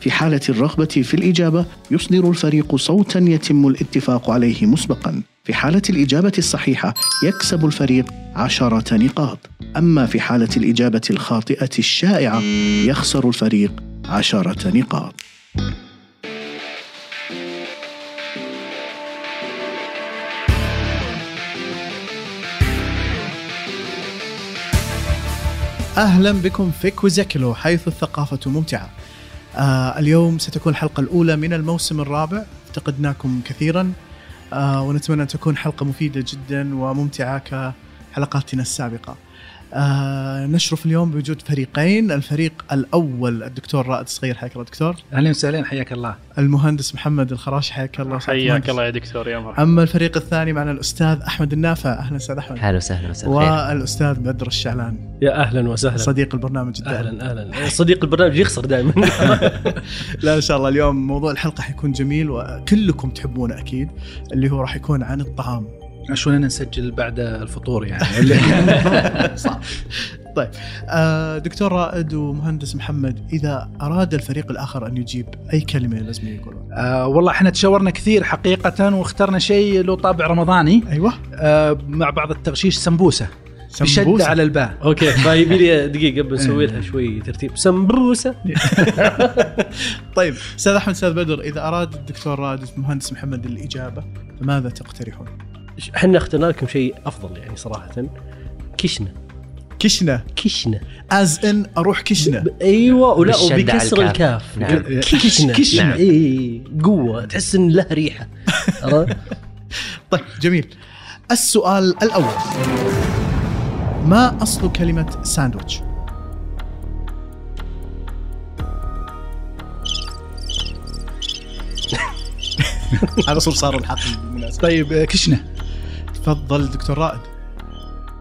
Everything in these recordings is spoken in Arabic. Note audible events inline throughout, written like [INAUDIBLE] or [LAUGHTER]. في حالة الرغبة في الإجابة يصدر الفريق صوتا يتم الاتفاق عليه مسبقا في حالة الإجابة الصحيحة يكسب الفريق عشرة نقاط أما في حالة الإجابة الخاطئة الشائعة يخسر الفريق عشرة نقاط أهلا بكم في كوزيكلو حيث الثقافة ممتعة آه اليوم ستكون الحلقة الأولى من الموسم الرابع افتقدناكم كثيرا آه ونتمنى أن تكون حلقة مفيدة جدا وممتعة كحلقاتنا السابقة آه نشرف اليوم بوجود فريقين الفريق الأول الدكتور رائد صغير حياك الله دكتور اهلا وسهلا حياك الله المهندس محمد الخراش حياك الله أستاذ حياك مهندس. الله يا دكتور يا مرحبا أما الفريق الثاني معنا الأستاذ أحمد النافع أهلا أستاذ أحمد هلا وسهلا مساء الخير والأستاذ بدر الشعلان يا اهلا وسهلا صديق البرنامج الدائم اهلا اهلا صديق البرنامج يخسر [LAUGHS] دائما لا ان شاء الله اليوم موضوع الحلقه حيكون جميل وكلكم تحبونه اكيد اللي هو راح يكون عن الطعام شلون نسجل بعد الفطور يعني [LAUGHS] صح طيب آه، دكتور رائد ومهندس محمد اذا اراد الفريق الاخر ان يجيب اي كلمه لازم يقولها آه والله احنا تشاورنا كثير حقيقه واخترنا شيء له طابع رمضاني ايوه آه مع بعض التغشيش سمبوسه بشده سمبوسة. على الباء اوكي طيب يبي لي دقيقه قبل إيه. نسوي لها شوي ترتيب سمبروسه طيب استاذ احمد استاذ بدر اذا اراد الدكتور رائد والمهندس محمد الاجابه فماذا تقترحون؟ احنا اخترنا لكم شيء افضل يعني صراحه كشنا كشنا كشنا از ان اروح كشنا ب- ايوه ولا بالشدة على وبكسر الكاف. الكاف نعم. كشنا كشنا. كشنا اي قوه إيه، تحس ان له [LAUGHS] ريحه عرفت؟ طيب جميل السؤال الاول ما اصل كلمه ساندويتش؟ [LAUGHS] هذا صوب صار الحق بالمناسبة طيب آه، كشنه تفضل دكتور رائد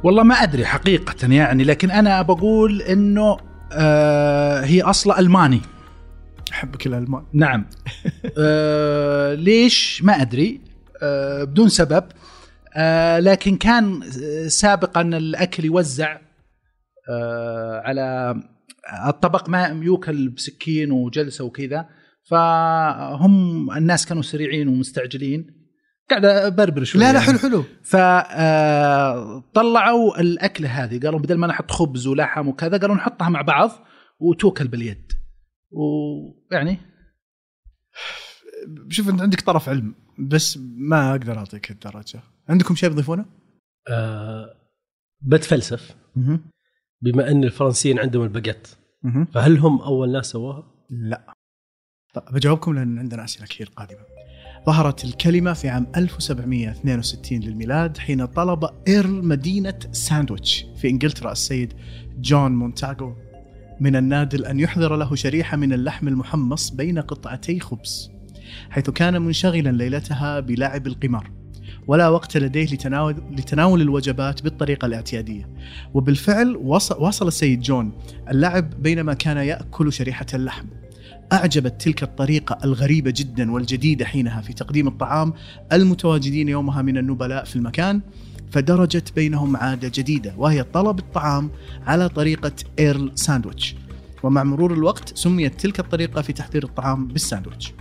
والله ما ادري حقيقه يعني لكن انا بقول انه آه هي اصلا الماني احبك الالمان [LAUGHS] نعم آه ليش ما ادري آه بدون سبب آه لكن كان آه، سابقا الاكل يوزع آه على الطبق ما يوكل بسكين وجلسه وكذا فهم الناس كانوا سريعين ومستعجلين قاعد ابربر شوي لا لا يعني. حلو حلو فطلعوا الاكله آه، هذه قالوا بدل ما نحط خبز ولحم وكذا قالوا نحطها مع بعض وتوكل باليد ويعني شوف انت عندك طرف علم بس ما اقدر اعطيك الدرجه عندكم شيء تضيفونه؟ آه، بتفلسف بما ان الفرنسيين عندهم الباجيت مهم. فهل هم اول ناس سووها؟ لا طيب بجاوبكم لان عندنا اسئله كثير قادمه ظهرت الكلمة في عام 1762 للميلاد حين طلب إيرل مدينة ساندويتش في إنجلترا السيد جون مونتاغو من النادل أن يحضر له شريحة من اللحم المحمص بين قطعتي خبز حيث كان منشغلا ليلتها بلعب القمار ولا وقت لديه لتناول, لتناول الوجبات بالطريقة الاعتيادية وبالفعل وصل, واصل السيد جون اللعب بينما كان يأكل شريحة اللحم أعجبت تلك الطريقة الغريبة جدا والجديدة حينها في تقديم الطعام المتواجدين يومها من النبلاء في المكان فدرجت بينهم عادة جديدة وهي طلب الطعام على طريقة إيرل ساندويتش ومع مرور الوقت سميت تلك الطريقة في تحضير الطعام بالساندويتش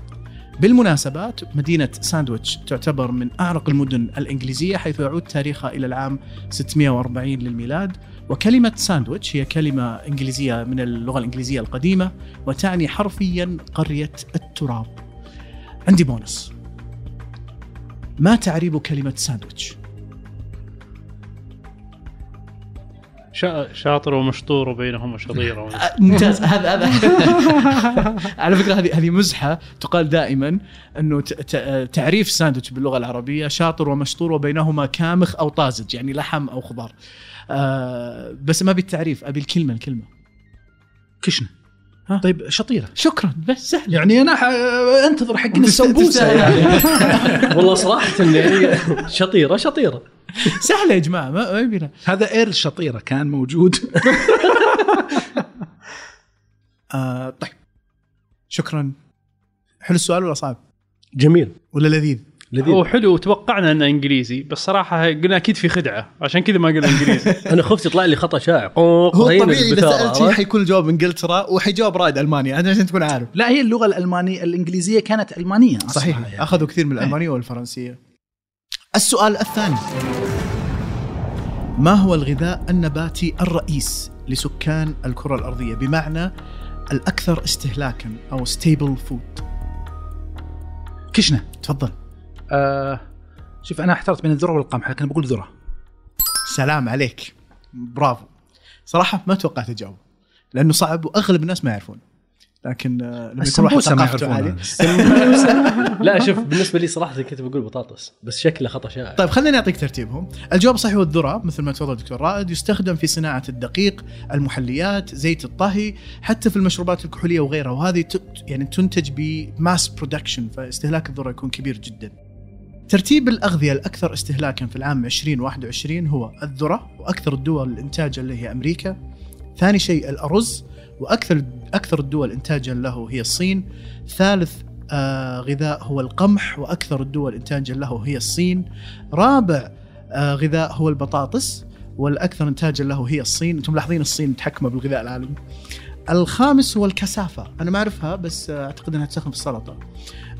بالمناسبات مدينة ساندويتش تعتبر من أعرق المدن الإنجليزية حيث يعود تاريخها إلى العام 640 للميلاد وكلمة ساندويتش هي كلمة إنجليزية من اللغة الإنجليزية القديمة وتعني حرفيا قرية التراب. عندي بونس. ما تعريب كلمة ساندويتش؟ شا- شاطر ومشطور وبينهما [LAUGHS] شظيره آه، ممتاز هذا هذا [LAUGHS] على فكرة هذه هذه مزحة تقال دائما انه ت- ت- آه، تعريف ساندويتش باللغة العربية شاطر ومشطور وبينهما كامخ او طازج يعني لحم او خضار. آه، بس ما بالتعريف ابي الكلمة الكلمة. كشنه ها. طيب شطيره شكرا بس سهل يعني انا ح... انتظر حق تست- السمبوسه تستاهل. يعني والله صراحه يعني شطيره شطيره سهله يا جماعه ما ما يبينا هذا ايرل شطيره كان موجود [LAUGHS] آه طيب شكرا حلو السؤال ولا صعب جميل ولا لذيذ هو لذيذ حلو وتوقعنا انه انجليزي بس صراحه قلنا اكيد في خدعه عشان كذا ما قلنا انجليزي [LAUGHS] انا خفت يطلع لي خطا شائع هو طيب، طبيعي اذا سالت شيء حيكون الجواب انجلترا وحيجاوب رائد المانيا أنا عشان تكون عارف لا هي اللغه الالمانيه الانجليزيه كانت المانيه أصلاً صحيح يعني. اخذوا كثير من الالمانيه والفرنسيه السؤال الثاني ما هو الغذاء النباتي الرئيس لسكان الكره الارضيه بمعنى الاكثر استهلاكا او ستيبل فود كشنه تفضل آه شوف انا احترت بين الذره والقمح لكن بقول ذره سلام عليك برافو صراحه ما توقعت اجاوب لانه صعب واغلب الناس ما يعرفون لكن آه، لما يكون واحد السمبوسه ما ثقافته يعرفونها عاليه لا شوف بالنسبه لي صراحه كنت بقول بطاطس بس شكله خطا شائع طيب خليني اعطيك ترتيبهم الجواب الصحيح هو الذره مثل ما تفضل دكتور رائد يستخدم في صناعه الدقيق المحليات زيت الطهي حتى في المشروبات الكحوليه وغيرها وهذه ت- يعني تنتج بماس برودكشن فاستهلاك الذره يكون كبير جدا ترتيب الأغذية الأكثر استهلاكا في العام 2021 هو الذرة وأكثر الدول الإنتاجا له هي أمريكا ثاني شيء الأرز وأكثر أكثر الدول إنتاجا له هي الصين ثالث آه غذاء هو القمح وأكثر الدول إنتاجا له هي الصين رابع آه غذاء هو البطاطس والأكثر إنتاجا له هي الصين أنتم ملاحظين الصين متحكمة بالغذاء العالمي الخامس هو الكثافة أنا ما أعرفها بس آه، أعتقد أنها تستخدم في السلطة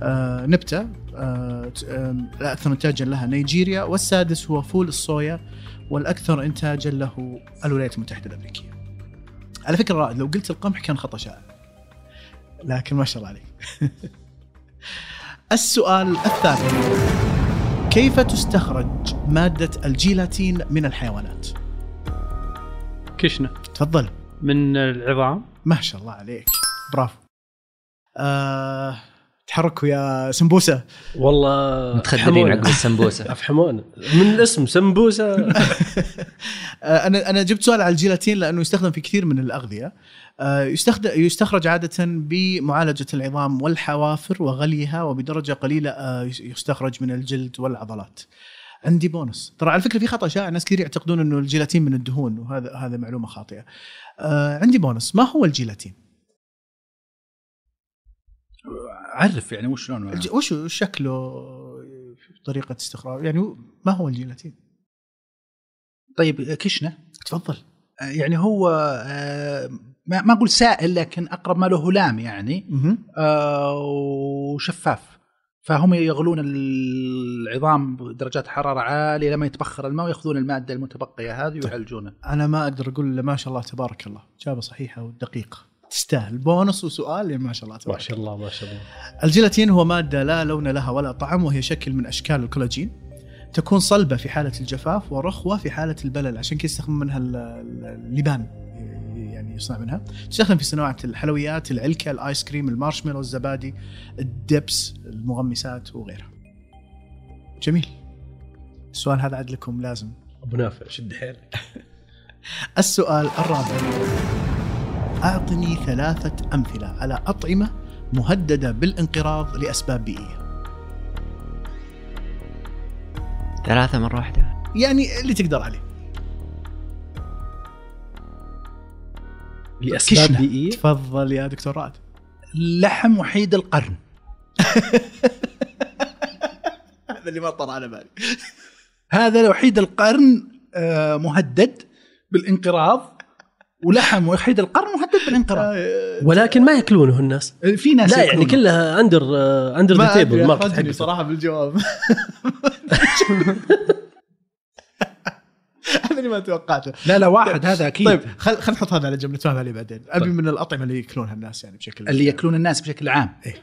آه، نبتة آه، ت- آم، الأكثر إنتاجا لها نيجيريا والسادس هو فول الصويا والأكثر إنتاجا له الولايات المتحدة الأمريكية على فكرة رائد لو قلت القمح كان خطأ شائع لكن ما شاء الله عليك [LAUGHS] السؤال الثالث كيف تستخرج مادة الجيلاتين من الحيوانات؟ كشنه تفضل من العظام ما شاء الله عليك برافو آه، تحركوا يا سمبوسه والله متخدرين عقب [LAUGHS] السمبوسه افحمون من الاسم سمبوسه آه، انا انا جبت سؤال على الجيلاتين لانه يستخدم في كثير من الاغذيه آه، يستخدم يستخرج عاده بمعالجه العظام والحوافر وغليها وبدرجه قليله آه، يستخرج من الجلد والعضلات عندي بونس ترى على فكره في خطا شائع ناس كثير يعتقدون انه الجيلاتين من الدهون وهذا هذا معلومه خاطئه آه، عندي بونس ما هو الجيلاتين عرف يعني وش لونه الج- وش وش شكله طريقه استخراج يعني ما هو الجيلاتين طيب كشنه تفضل آه، يعني هو آه، ما ما اقول سائل لكن اقرب ما له هلام يعني مهم. آه، وشفاف فهم يغلون العظام بدرجات حراره عاليه لما يتبخر الماء وياخذون الماده المتبقيه طيب. هذه ويعالجونها انا ما اقدر اقول الا ما شاء الله تبارك الله اجابه صحيحه ودقيقه تستاهل بونص وسؤال يا ما شاء الله ما تبارك شاء الله ما شاء الله الجيلاتين هو ماده لا لون لها ولا طعم وهي شكل من اشكال الكولاجين تكون صلبه في حاله الجفاف ورخوه في حاله البلل عشان كذا يستخدم منها ال- ال- اللبان يعني يصنع منها تستخدم في صناعه الحلويات العلكه الايس كريم المارشميلو الزبادي الدبس المغمسات وغيرها جميل السؤال هذا عاد لكم لازم ابو نافع شد حيلك السؤال الرابع أعطني ثلاثة أمثلة على أطعمة مهددة بالانقراض لأسباب بيئية ثلاثه مره واحده يعني اللي تقدر عليه لاسباب كشنة. بيئيه تفضل يا دكتور رائد لحم وحيد القرن [LAUGHS] هذا اللي ما طر على بالي هذا وحيد القرن آه، مهدد بالانقراض ولحم وحيد القرن مهدد بالانقراض ولكن ما ياكلونه الناس آه، في ناس لا يعني يأكلونه. كلها آه، اندر اندر ذا ما أدري، تيبل ماركت أخذني حقته صراحة بالجواب هذا اللي ما توقعته لا لا واحد هذا اكيد طيب طيب. خل خل نحط هذا على جنب نتفاهم عليه بعدين ابي من الاطعمه اللي ياكلونها الناس يعني بشكل اللي ياكلون الناس بشكل عام إيه.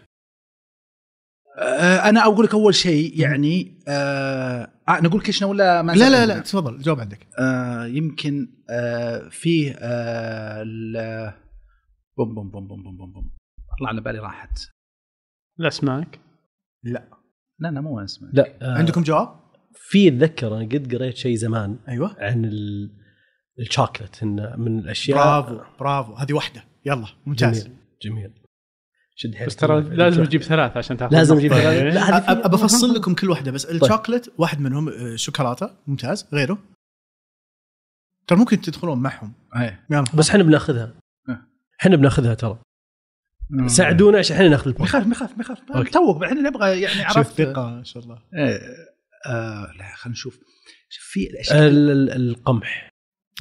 آه، انا اقول لك اول شيء يعني آه آه، نقول كشنا ولا ما لا لا نسأل؟ لا تفضل الجواب عندك آه يمكن آه فيه آه ال- بوم بوم بوم بوم بوم بوم بوم طلع على بالي راحت الاسماك لا لا مو اسمه لا عندكم عندكم جواب؟ في اتذكر انا قد قريت شيء زمان ايوه عن ال- الشوكلت إنه من الاشياء برافو برافو هذه واحده يلا ممتاز جميل. جميل شد حيلك بس ترى في لازم الجوع. تجيب ثلاث عشان تاخذ لازم نقطة. اجيب ثلاثة. لا، هذه في- بفصل لكم كل واحده بس الشوكلت واحد منهم آه، شوكولاته ممتاز غيره ترى ممكن تدخلون معهم إيه. يلا. بس احنا بناخذها آه. احنا بناخذها ترى مم. ساعدونا عشان احنا ناخذ ما البوينت يخاف ما يخاف ما يخاف أوكي. توك احنا نبغى يعني شوف عرفت ثقه ان شاء الله إيه. آه لا خلينا نشوف شوف في آه، الاشياء ال- ال- القمح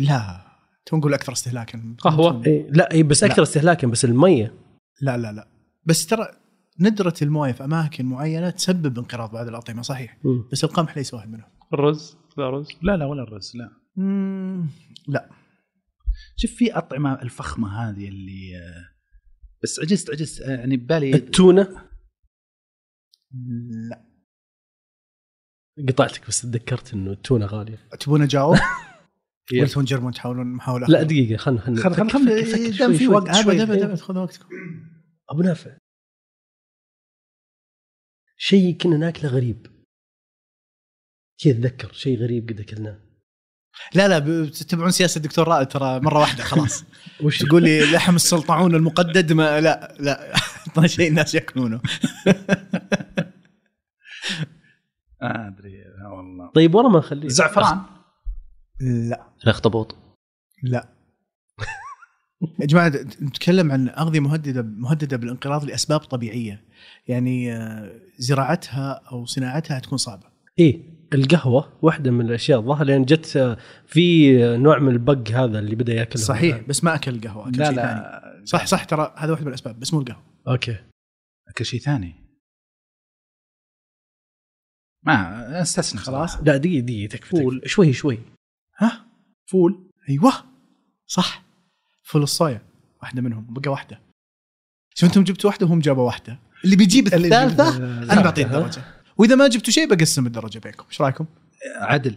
لا تو نقول اكثر استهلاكا قهوة. إيه، لا إيه، بس اكثر استهلاكا بس الميه لا لا لا بس ترى ندرة المويه في اماكن معينه تسبب انقراض بعض الاطعمه صحيح مم. بس القمح ليس واحد منهم الرز لا رز لا لا ولا الرز لا مم، لا شوف في اطعمه الفخمه هذه اللي آه، بس عجزت عجزت آه، يعني ببالي التونه لا قطعتك بس تذكرت انه التونه غاليه تبون [LAUGHS] اجاوب يلا. ولا تبون تجربون تحاولون محاوله لا دقيقه خلنا خل- خل- خل- خلنا إيه، دام في وقت شوي. إيه. ابد ابد ابد خذوا وقتكم ابو نافع شيء كنا ناكله غريب كذا اتذكر شيء غريب قد اكلناه لا لا ب- تتبعون سياسه الدكتور رائد ترى مره واحده خلاص وش [LAUGHS] تقول لي لحم السلطعون المقدد ما لا [LAUGHS] لا شيء الناس [LAUGHS] ياكلونه آه، ادري آه، والله طيب ورا ما نخليه الزعفران لا الاخطبوط لا يا جماعه نتكلم عن اغذيه مهدده مهدده بالانقراض لاسباب طبيعيه يعني آه، زراعتها او صناعتها تكون صعبه ايه القهوه واحده من الاشياء الظاهر لان جت آه، في آه، نوع من البق هذا اللي بدا ياكله صحيح بس ما اكل القهوه اكل لا شيء ثاني لا صح صح ترى هذا واحد من الاسباب بس مو القهوه اوكي اكل شيء ثاني ما استسنى خلاص. صراحة. لا دقيقه دقيقه تكفي فول شوي شوي ها فول ايوه صح فول الصويا واحده منهم بقى واحده شوف انتم جبتوا واحده وهم جابوا واحده اللي بيجيب الثالثه انا بعطيه الدرجه واذا ما جبتوا شيء بقسم الدرجه بينكم ايش رايكم عدل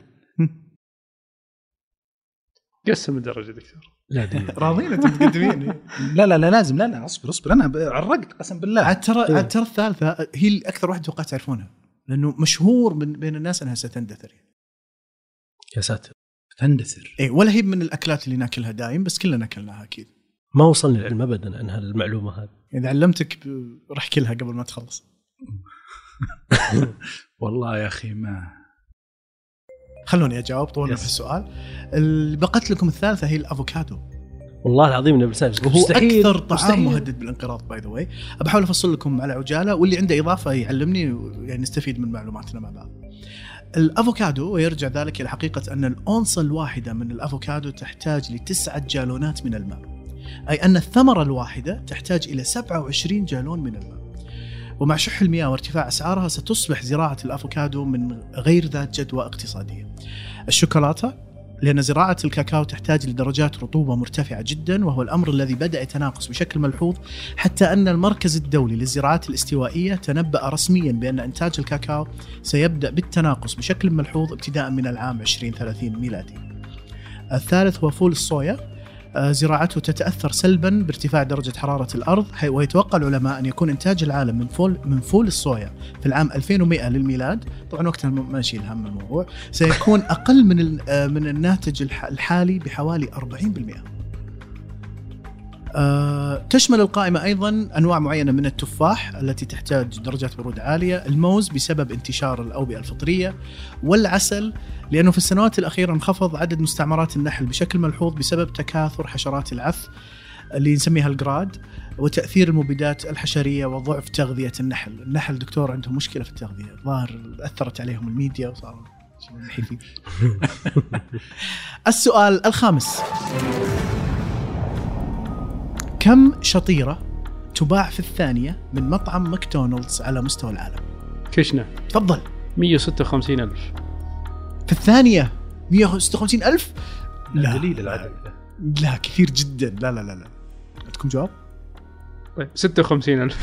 قسم الدرجه دكتور لا دقيقه راضين انتم متقدمين [LAUGHS] لا لا لا لازم لا لا اصبر اصبر انا ب- عرقت قسم بالله عاد ترى عاد ترى الثالثه هي الاكثر واحده توقعت تعرفونها لانه مشهور من بين الناس انها ستندثر يعني. يا ساتر تندثر اي ولا هي من الاكلات اللي ناكلها دايم بس كلنا اكلناها اكيد ما وصلني العلم ابدا عن هالمعلومه هذه اذا علمتك ب- راح كلها قبل ما تخلص والله يا اخي ما خلوني اجاوب طولنا Yes. في السؤال اللي بقت لكم الثالثه هي الافوكادو والله العظيم انه بلسان وهو اكثر طعام مهدد بالانقراض باي ذا واي بحاول افصل لكم على عجاله واللي عنده اضافه يعلمني و- يعني نستفيد من معلوماتنا مع بعض الافوكادو ويرجع ذلك الى حقيقه ان الاونصه الواحده من الافوكادو تحتاج لتسعة جالونات من الماء اي ان الثمره الواحده تحتاج الى 27 جالون من الماء ومع شح المياه وارتفاع اسعارها ستصبح زراعه الافوكادو من غير ذات جدوى اقتصاديه الشوكولاته لأن زراعة الكاكاو تحتاج لدرجات رطوبة مرتفعة جدا وهو الأمر الذي بدأ يتناقص بشكل ملحوظ حتى أن المركز الدولي للزراعات الاستوائية تنبأ رسميا بأن إنتاج الكاكاو سيبدأ بالتناقص بشكل ملحوظ ابتداء من العام 2030 ميلادي الثالث هو فول الصويا آه، زراعته تتأثر سلبا بارتفاع درجة حرارة الأرض حي- ويتوقع العلماء أن يكون إنتاج العالم من فول من فول الصويا في العام 2100 للميلاد طبعا وقتها ما ما نشيل هم الموضوع سيكون اقل من ال- آه، من الناتج الح- الحالي بحوالي 40%. آه، تشمل القائمة أيضا أنواع معينة من التفاح التي تحتاج درجات برود عالية الموز بسبب انتشار الأوبئة الفطرية والعسل لأنه في السنوات الأخيرة انخفض عدد مستعمرات النحل بشكل ملحوظ بسبب تكاثر حشرات العف اللي نسميها الجراد وتأثير المبيدات الحشرية وضعف تغذية النحل النحل دكتور عندهم مشكلة في التغذية الظاهر أثرت عليهم الميديا وصاروا نحيفين. السؤال الخامس كم شطيرة تباع في الثانية من مطعم ماكدونالدز على مستوى العالم؟ كشنا تفضل 156 ألف في الثانية 156 ألف؟ لا قليل العدد لا كثير جدا لا لا لا لا عندكم جواب؟ طيب 56 [LAUGHS] ألف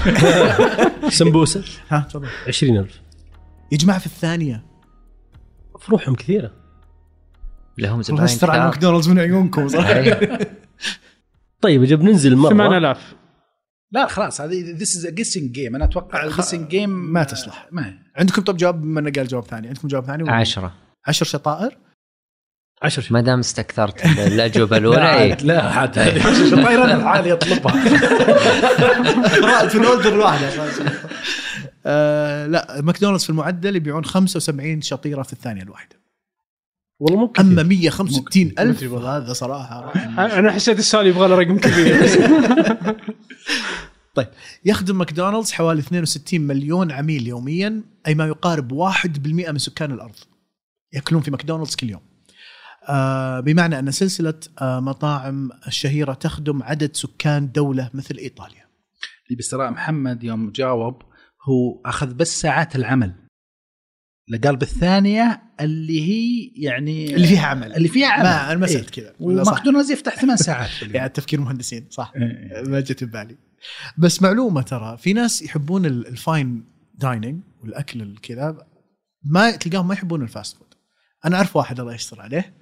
سمبوسه ها تفضل 20000 يا جماعة في الثانية فروحهم كثيره لهم والله زباين استر على كثار. ماكدونالدز من عيونكم [LAUGHS] صراحة [LAUGHS] أيوة. طيب اجب ننزل مره 8000 لا خلاص هذه ذيس از جيسنج جيم انا اتوقع الجيسنج جيم ما تصلح. ما هي. عندكم طب جواب من قال جواب ثاني عندكم جواب ثاني؟ عشرة عشر شطائر 10 شهور ما دام استكثرت بالاجوبه الاولى إيه. لا عاد هذه الطيران [LAUGHS] العالي يطلبها في الاوردر الواحده آه لا ماكدونالدز في المعدل يبيعون 75 شطيره في الثانيه الواحده والله مو كثير. اما 165 الف هذا صراحه رقم. انا حسيت السؤال يبغى له رقم كبير [LAUGHS] يخدم ماكدونالدز حوالي 62 مليون عميل يوميا اي ما يقارب 1% من سكان الارض ياكلون في ماكدونالدز كل يوم آه بمعنى ان سلسله آه مطاعم الشهيره تخدم عدد سكان دوله مثل ايطاليا اللي بسراء محمد يوم جاوب هو اخذ بس ساعات العمل لا قال بالثانيه اللي هي يعني اللي فيها عمل اللي فيها عمل إيه. ما انا ما سالت كذا ولا صح؟ وماكدونالدز يفتح ثمان ساعات في [LAUGHS] اليوم. يعني تفكير مهندسين صح إيه. ما جت ببالي بس معلومه ترى في ناس يحبون ال- الفاين دايننج والاكل الكذا ما تلقاهم ما يحبون الفاست فود انا اعرف واحد الله يستر عليه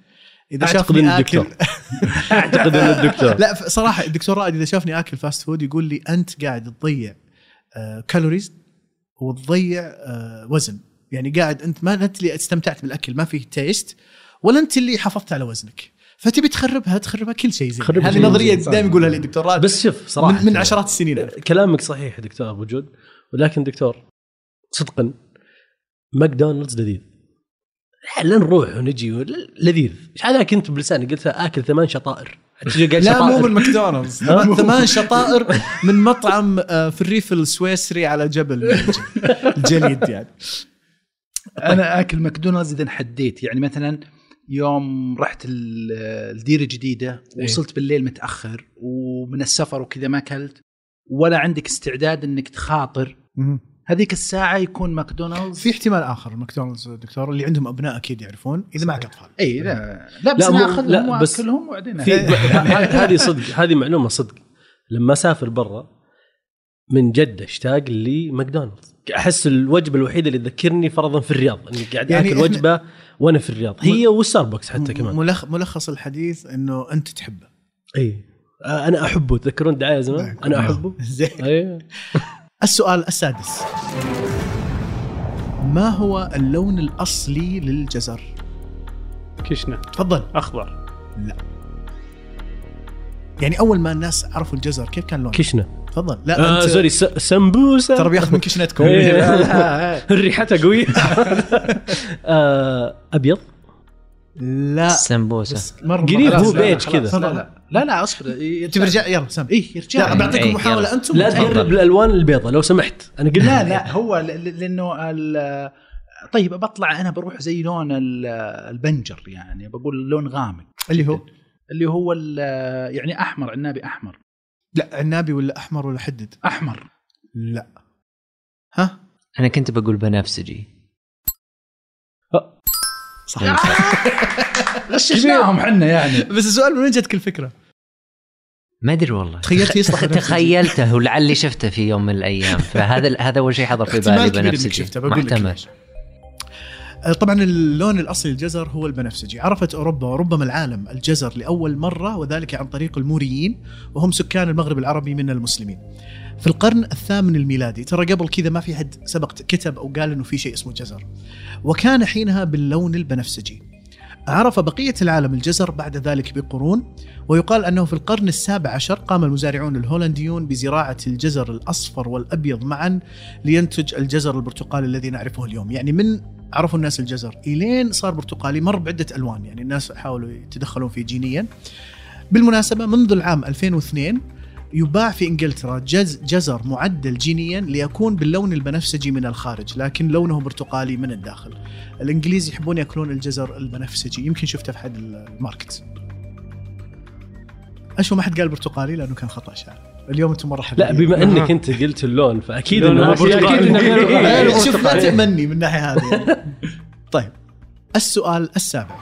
اذا أعتقد شافني إنه اكل [LAUGHS] دكتور. اعتقد ان الدكتور لا ف- صراحه الدكتور رائد اذا شافني اكل فاست فود يقول لي انت قاعد تضيع آه، كالوريز وتضيع آه، وزن يعني قاعد انت ما انت اللي استمتعت بالاكل ما فيه تيست ولا انت اللي حفظت على وزنك فتبي تخربها تخربها كل شيء زين تخربها هذه كل شيء نظريه زين. دائما يقولها لي الدكتور رائد بس شوف يعني صراحه من, من عشرات السنين كلامك صحيح دكتور ابو جود ولكن دكتور صدقا ماكدونالدز لذيذ لا نروح ونجي ول- لذيذ ايش هذا كنت بلساني قلت اكل ثمان شطائر تجي قال لا شطائر. مو من ماكدونالدز ها؟ ثمان شطائر من مطعم آه، في الريف السويسري على جبل الجليد يعني انا اكل ماكدونالدز اذا حديت يعني مثلا يوم رحت ال- الديره الجديده ووصلت بالليل متاخر ومن السفر وكذا ما اكلت ولا عندك استعداد انك تخاطر هذيك الساعه يكون ماكدونالدز في احتمال اخر ماكدونالدز دكتور اللي عندهم ابناء اكيد يعرفون اذا معك اطفال اي لا لا بس لا، لا مو- انا اخذهم لا، بس واكلهم [LAUGHS] وبعدين في ه- هذه صدق هذه معلومه صدق لما اسافر برا من جد اشتاق لماكدونالدز احس الوجبه الوحيده اللي تذكرني فرضا في الرياض اني قاعد يعني اكل إحنا- وجبه وانا في الرياض هي والستاربكس حتى كمان ملخ ملخص الحديث انه انت تحبه اي آه، انا احبه تذكرون دعايه زمان نعم. انا احبه زين اي السؤال السادس ما هو اللون الاصلي للجزر؟ كشنا تفضل اخضر يعني اول ما الناس عرفوا الجزر كيف كان لونه؟ كشنا تفضل لا آه أنت- سوري س- سمبوسه ترى بياخذ من [LAUGHS] كشنتكم إيه. ريحتها قويه آه، ابيض لا السمبوسه بس مرة قريب خلاص، هو لا، إيه، لا، بيج خلاص، كذا. تفضل. لا لا لا لا اصبر تبي رجع يلا سام اي لا يرجع بعطيكم إيه، محاولة يلا. انتم لا تفضل. تقرب الالوان البيضاء لو سمحت انا قلت لا لا هو ل- ل- لانه ال- طيب بطلع انا بروح زي لون ال- البنجر يعني بقول لون غامق اللي هو اللي هو ال- يعني احمر عنابي احمر لا عنابي ولا احمر ولا حدد احمر لا ها انا كنت بقول بنفسجي صح غششناهم حنا يعني بس السؤال من وين جتك الفكره؟ ما ادري والله تخيلت [LAUGHS] يصلح تخ- بنفسجي. [LAUGHS] تخيلته ولعلي شفته في يوم من الايام فهذا هذا اول شيء حضر في بالي احتمال كبير انك بنفسجي شفته بقول لك محتمل ليش. آه، طبعا اللون الاصلي للجزر هو البنفسجي، عرفت اوروبا وربما العالم الجزر لاول مره وذلك عن طريق الموريين وهم سكان المغرب العربي من المسلمين. في القرن الثامن الميلادي، ترى قبل كذا ما في حد سبق كتب او قال انه في شيء اسمه جزر. وكان حينها باللون البنفسجي. عرف [LAUGHS] بقية العالم الجزر بعد ذلك بقرون ويقال أنه في القرن السابع عشر قام المزارعون الهولنديون بزراعة الجزر الأصفر والأبيض معا لينتج الجزر البرتقالي الذي نعرفه اليوم يعني من عرفوا الناس الجزر إلين صار برتقالي مر بعدة ألوان يعني الناس حاولوا يتدخلون فيه جينيا بالمناسبة منذ العام 2002 يباع في انجلترا جز جزر معدل جينيا ليكون باللون البنفسجي من الخارج لكن لونه برتقالي من الداخل الانجليز يحبون ياكلون الجزر البنفسجي يمكن شفته في احد الماركت اشوف ما حد قال برتقالي لانه كان خطا شعر اليوم انتم مره لا حلوين. بما انك انت قلت اللون فاكيد لون انه أبيض. برتقالي. أكيد إنه غير برتقالي. إيه. [LAUGHS] لا، شوف ما تأمني من الناحيه هذه يعني. [LAUGHS] طيب السؤال السابع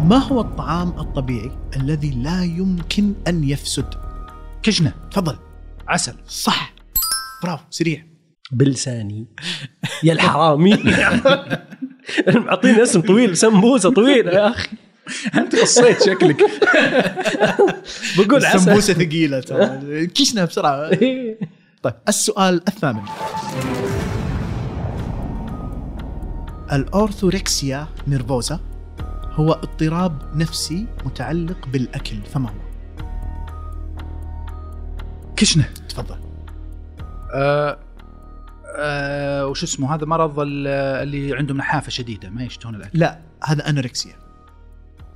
ما هو الطعام الطبيعي الذي لا يمكن ان يفسد؟ كشنه تفضل عسل صح برافو سريع بلساني يا الحرامي [LAUGHS] معطينا اسم طويل سمبوسه طويله يا اخي انت قصيت [LAUGHS] شكلك بقول عسل السمبوسه ثقيله ترى كشنا بسرعه إيه. طيب السؤال الثامن الأورثوركسيا نيرفوزا هو اضطراب نفسي متعلق بالاكل فما هو؟ كشنه تفضل آه آه وش اسمه هذا مرض ال- اللي عندهم نحافه شديده ما يشتهون الاكل لا هذا انوركسيا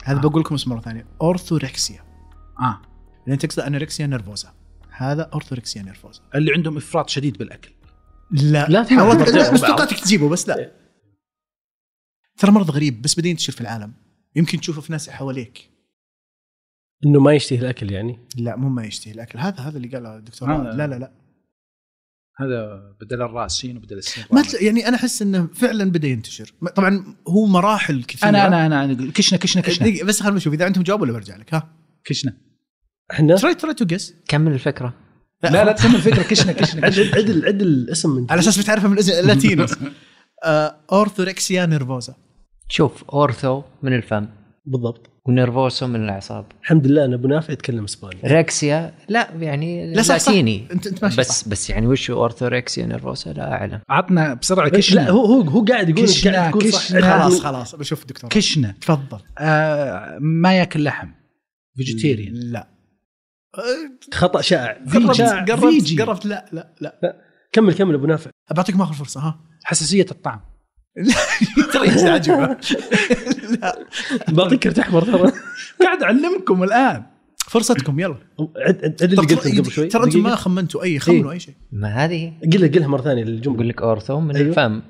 هذا آه. بقول لكم اسمه مره ثانيه اورثوركسيا اه لان تقصد انوركسيا نرفوزا هذا اورثوركسيا نرفوزا اللي عندهم افراط شديد بالاكل لا لا تحاول حاولت ترجعهم بعض. استطعتك تجيبه بس لا ترى مرض غريب بس بعدين تشوف في العالم يمكن تشوفه في ناس حواليك انه ما يشتهي الاكل يعني لا مو ما يشتهي الاكل هذا هذا اللي قاله الدكتور هذا- رائد. لا لا لا هذا بدل الراس شين وبدل السين ما تل... يعني انا احس انه فعلا بدا ينتشر ما- طبعا هو مراحل كثيره انا انا انا أنا- كشنا كشنا كشنا دقيقة، بس خلنا نشوف اذا عندهم جواب ولا برجع لك ها كشنا احنا تراي تراي تو جس كمل الفكره لا لا تسمى الفكره كشنا كشنا عد عد عد الاسم من على اساس بتعرفها من الاسم اللاتينو [LAUGHS] آه، اورثوركسيا نيرفوزا شوف اورثو من الفم بالضبط ونيرفوسو من الاعصاب الحمد لله ان ابو نافع يتكلم اسباني ركسيا لا يعني لا صح صح لاتيني انت انت ماشي صح. بس بس يعني وش اورثوركسيا نيرفوسا لا اعلم عطنا بسرعه لا كشنا هو هو هو قاعد يقول كشنا- قاعد تقول صح. كشنا. خلاص خلاص بشوف الدكتور كشنا تفضل آه ما ياكل لحم فيجيتيريان لا خطا شائع خطأ قربت شائع. قربت فيجي. قربت لا لا لا كمل كمل ابو نافع بعطيك ما اخر فرصه ها حساسيه الطعم ترى يجزع عجوبة. لا بعطيك كرت احمر [LAUGHS] ترى قاعد اعلمكم الان فرصتكم يلا عد عد عد اللي قلته قبل شوي ترى انتم ما دقيقة. خمنتوا اي خمنوا اي شيء ما هذه قلها قلها مره ثانيه الجمله يقول لك اورثو من أيوه. الفم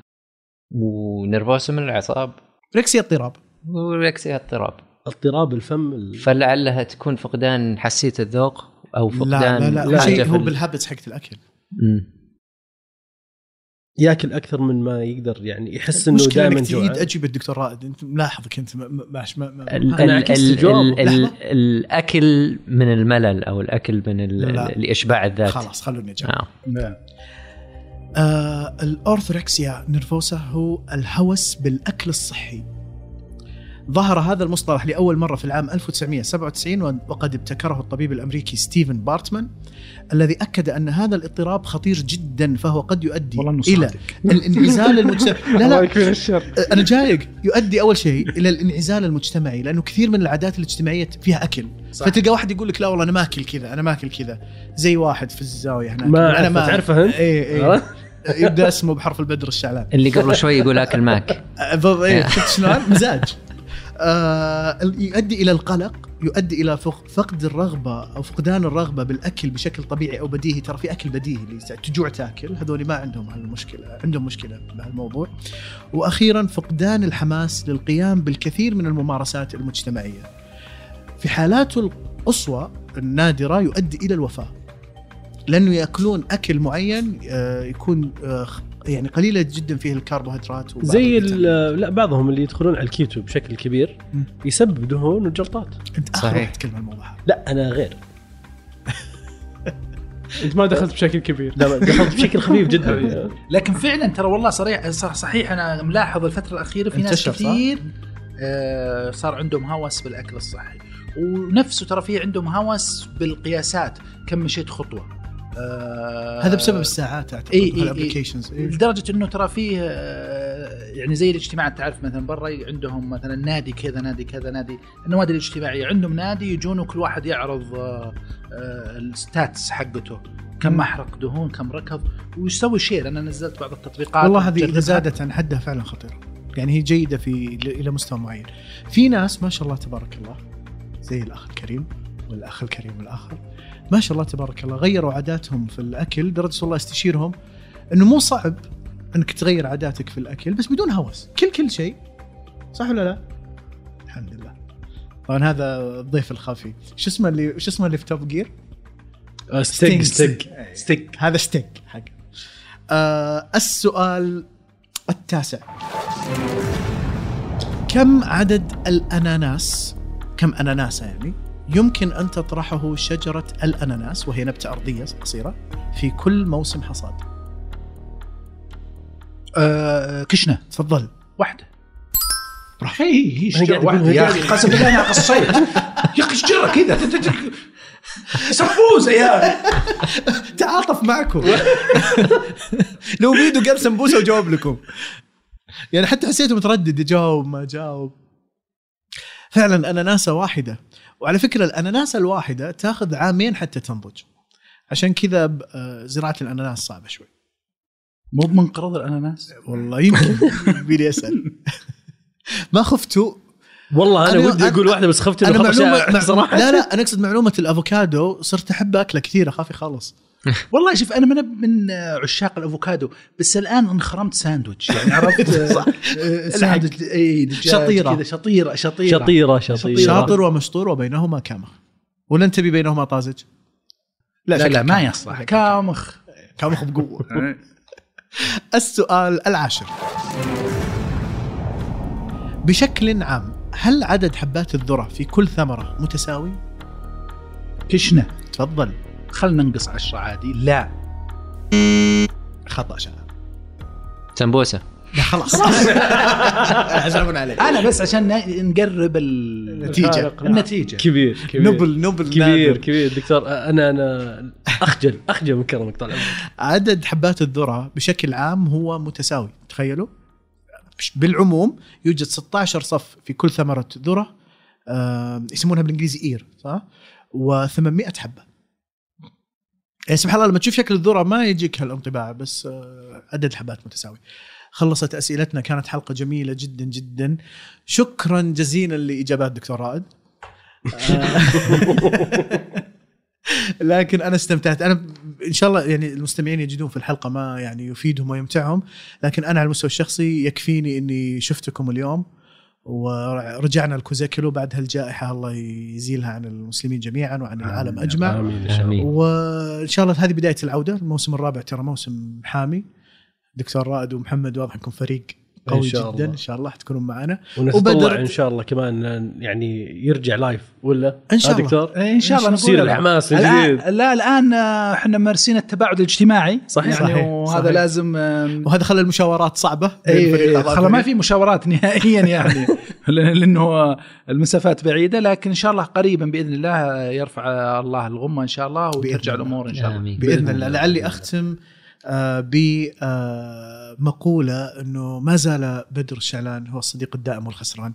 ونيرفوسو من الاعصاب ركسيا اضطراب وركسيا اضطراب اضطراب الفم ال- فلعلها تكون فقدان حساسيه الذوق او لا فقدان لا لا, حاجة شيء في هو ال- بالهابتس حقت الاكل مم. ياكل اكثر من ما يقدر يعني يحس انه المشكله دائما انك تعيد جوعان اجوبه الدكتور رائد انت ملاحظك انت ما- ما- ماشي ما, ما, ال- ما أنا ال- عكست ال- الجواب. ال- ال- الاكل من الملل او الاكل من ال- لا. الاشباع الذاتي خلاص خلونا نجاوب آه. نعم. آه الأورثوركسيا نيرفوسا هو الهوس بالأكل الصحي ظهر هذا المصطلح لأول مرة في العام 1997 وقد ابتكره الطبيب الأمريكي ستيفن بارتمان الذي أكد أن هذا الاضطراب خطير جدا فهو قد يؤدي والله انه إلى صادق الانعزال المجتمعي لا الله لا يكفينا الشر انا جايق يؤدي اول شيء الى الانعزال المجتمعي لانه كثير من العادات الاجتماعيه فيها اكل صح. فتلقى واحد يقول لك لا والله انا ما اكل كذا انا ما اكل كذا زي واحد في الزاويه هناك ما انا أعرفه، تعرفه أنت؟ اي اي يبدا إيه، اسمه بحرف البدر الشعلان اللي [LAUGHS] قبل شوي يقول اكل ماك بالضبط إيه، شفت شلون مزاج آه، يؤدي الى القلق يؤدي الى فق- فقد الرغبه او فقدان الرغبه بالاكل بشكل طبيعي او بديهي ترى في اكل بديهي اللي تجوع تاكل هذول ما عندهم هالمشكله عندهم مشكله بهالموضوع واخيرا فقدان الحماس للقيام بالكثير من الممارسات المجتمعيه في حالاته القصوى النادره يؤدي الى الوفاه لانه ياكلون اكل معين آه، يكون آه، خ- يعني قليله جدا فيه الكربوهيدرات وبعض زي الفيتامينات. ال- لا بعضهم اللي يدخلون على الكيتو بشكل كبير مم. يسبب دهون وجلطات انت اخر صحيح. واحد تكلم عن الموضوع هذا لا انا غير انت ما دخلت بشكل كبير لا دخلت بشكل [LAUGHS] خفيف جدا لكن فعلا ترى والله صريح صح صحيح انا ملاحظ الفتره الاخيره في ناس انتشر، صح؟ كثير آه، صار عندهم هوس بالاكل الصحي ونفسه ترى في عندهم هوس بالقياسات كم مشيت خطوه آه، هذا بسبب الساعات اعتقد إي- إي- والابلكيشنز إيه. إي. لدرجه انه ترى فيه آه، يعني زي الاجتماعات تعرف مثلا برا عندهم مثلا نادي كذا نادي كذا نادي النوادي الاجتماعيه عندهم نادي يجون وكل واحد يعرض آه، آه، الستاتس حقته كم احرق دهون كم ركض ويسوي شير انا نزلت بعض التطبيقات والله هذه اذا وجربها. زادت عن حدها فعلا خطيره يعني هي جيده في ل- الى مستوى معين في ناس ما شاء الله تبارك الله زي الاخ الكريم والاخ الكريم الاخر ما شاء الله تبارك الله غيروا عاداتهم في الاكل لدرجه والله استشيرهم انه مو صعب انك تغير عاداتك في الاكل بس بدون هوس كل كل شيء صح ولا لا؟ الحمد لله طبعا هذا الضيف الخفي شو اسمه اللي شو اسمه اللي في توب جير؟ ستيك ستيك ستيك إيه. هذا ستيك حق آه السؤال التاسع كم عدد الاناناس كم اناناسه يعني يمكن ان تطرحه شجره الاناناس وهي نبته ارضيه قصيره في كل موسم حصاد آه، كشنه تفضل واحده أنا هي هي قاعد شجره أقول واحده هي يا قاعد اخي أقول. [LAUGHS] قسم بالله انا قصيت يا اخي شجره كذا سبوزه يا اخي [LAUGHS] تعاطف معكم لو فيديو جاب سمبوسه وجاوب لكم يعني حتى حسيته متردد يجاوب ما جاوب فعلا اناناسه واحده وعلى فكره الاناناسه الواحده تاخذ عامين حتى تنضج عشان كذا ب- آه، زراعه الاناناس صعبه شوي مو بمنقرض الاناناس [LAUGHS] والله يمكن بيلي اسال [LAUGHS] ما خفتوا والله انا أنا- ودي اقول أنا- واحده بس خفت انا انه خلاص معلومه مع- صراحه لا لا انا اقصد معلومه الافوكادو صرت احب اكله كثير اخاف يخلص والله شوف انا من من عشاق الافوكادو بس الان انخرمت ساندويتش يعني عرفت صح ساندويتش اي دجاج شطيرة. كذا شطيره طيب. شطيره شطيره شطيره شاطر ومشطور وبينهما كامخ ولا انت تبي بينهما طازج؟ لا لا شكلك ما كامخ. [LAUGHS] يصلح كامخ كامخ [LAUGHS] بقوه إيه. السؤال العاشر بشكل عام هل عدد حبات الذره في كل ثمره متساوي؟ كشنه تفضل خلنا ننقص 10 عادي لا خطا شباب سمبوسه لا خلاص [LAUGHS] [LAUGHS] حسابنا عليك انا بس عشان ن- نقرب ال- نتيجة. النتيجه كبير كبير نبل نبل كبير نادر. كبير دكتور انا انا اخجل اخجل من كرمك طال عمرك عدد حبات الذره بشكل عام هو متساوي تخيلوا بالعموم يوجد 16 صف في كل ثمره ذره آم، يسمونها بالانجليزي اير صح؟ و800 حبه يعني سبحان الله لما تشوف شكل الذره ما يجيك هالانطباع بس آه، عدد الحبات متساوي خلصت اسئلتنا كانت حلقه جميله جدا جدا شكرا جزيلا لاجابات دكتور رائد آه، [LAUGHS] لكن انا استمتعت انا ب- ان شاء الله يعني المستمعين يجدون في الحلقه ما يعني يفيدهم ويمتعهم لكن انا على المستوى الشخصي يكفيني اني شفتكم اليوم ورجعنا الكوزاكلو بعد هالجائحه الله يزيلها عن المسلمين جميعا وعن العالم اجمع امين ان شاء الله امين وان شاء الله هذه بدايه العوده الموسم الرابع ترى موسم حامي دكتور رائد ومحمد واضح انكم فريق قوي إن شاء جدا الله. ان شاء الله حتكونوا معنا وبدر- ونتطلع ان شاء الله كمان يعني يرجع لايف ولا إن شاء ها الله. دكتور ان شاء الله يصير نقول الحماس من جديد الان لا الان آه، احنا مارسين التباعد الاجتماعي صحيح. يعني صحيح. وهذا صحيح. لازم آم، وهذا خلى المشاورات صعبه بين فريق يعني. اي هذا خلاص إيه، ما والفريق. في مشاورات [LAUGHS] نهائيا يعني لأن- لانه المسافات بعيده لكن ان شاء الله قريبا باذن الله يرفع الله الغمه ان شاء الله بإذن وترجع الله. الامور ان شاء الله آمين. باذن الله لعلي اختم آه، بمقوله انه ما زال بدر الشعلان هو الصديق الدائم والخسران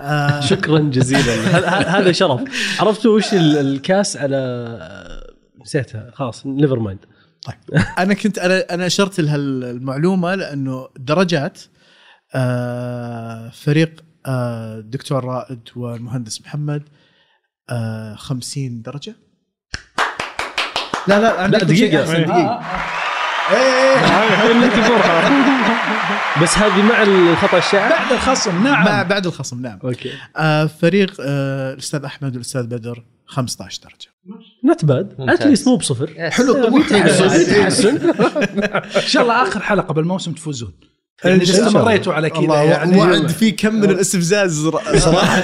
آه، شكرا جزيلا [LAUGHS] هذا- هذا شرف عرفتوا وش ال- الكاس على نسيتها خلاص نيفر مايند انا كنت انا انا اشرت لهالمعلومه لانه درجات آه، فريق آه، الدكتور رائد والمهندس محمد آه، 50 درجه لا لا إيه. عندكم شيء دقيقة. إيه. أحسن، دقيقه إيه. [LAUGHS] بس هذه مع الخطا الشائع بعد الخصم مع نعم بعد الخصم نعم اوكي آه، فريق آه، الاستاذ احمد والاستاذ بدر 15 درجه نوت باد ممتاز. إيه. اتليست مو بصفر حلو [LAUGHS] تحسن ان شاء الله اخر حلقه بالموسم تفوزون يعني إذا شاء الله. استمريتوا على كذا والله يعني وعد في كم من الاستفزاز صراحه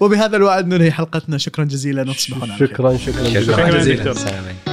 وبهذا الوعد ننهي حلقتنا شكرا جزيلا وتصبحون على خير شكرا شكرا شكرا شكرا جزيلا. سلام عليكم.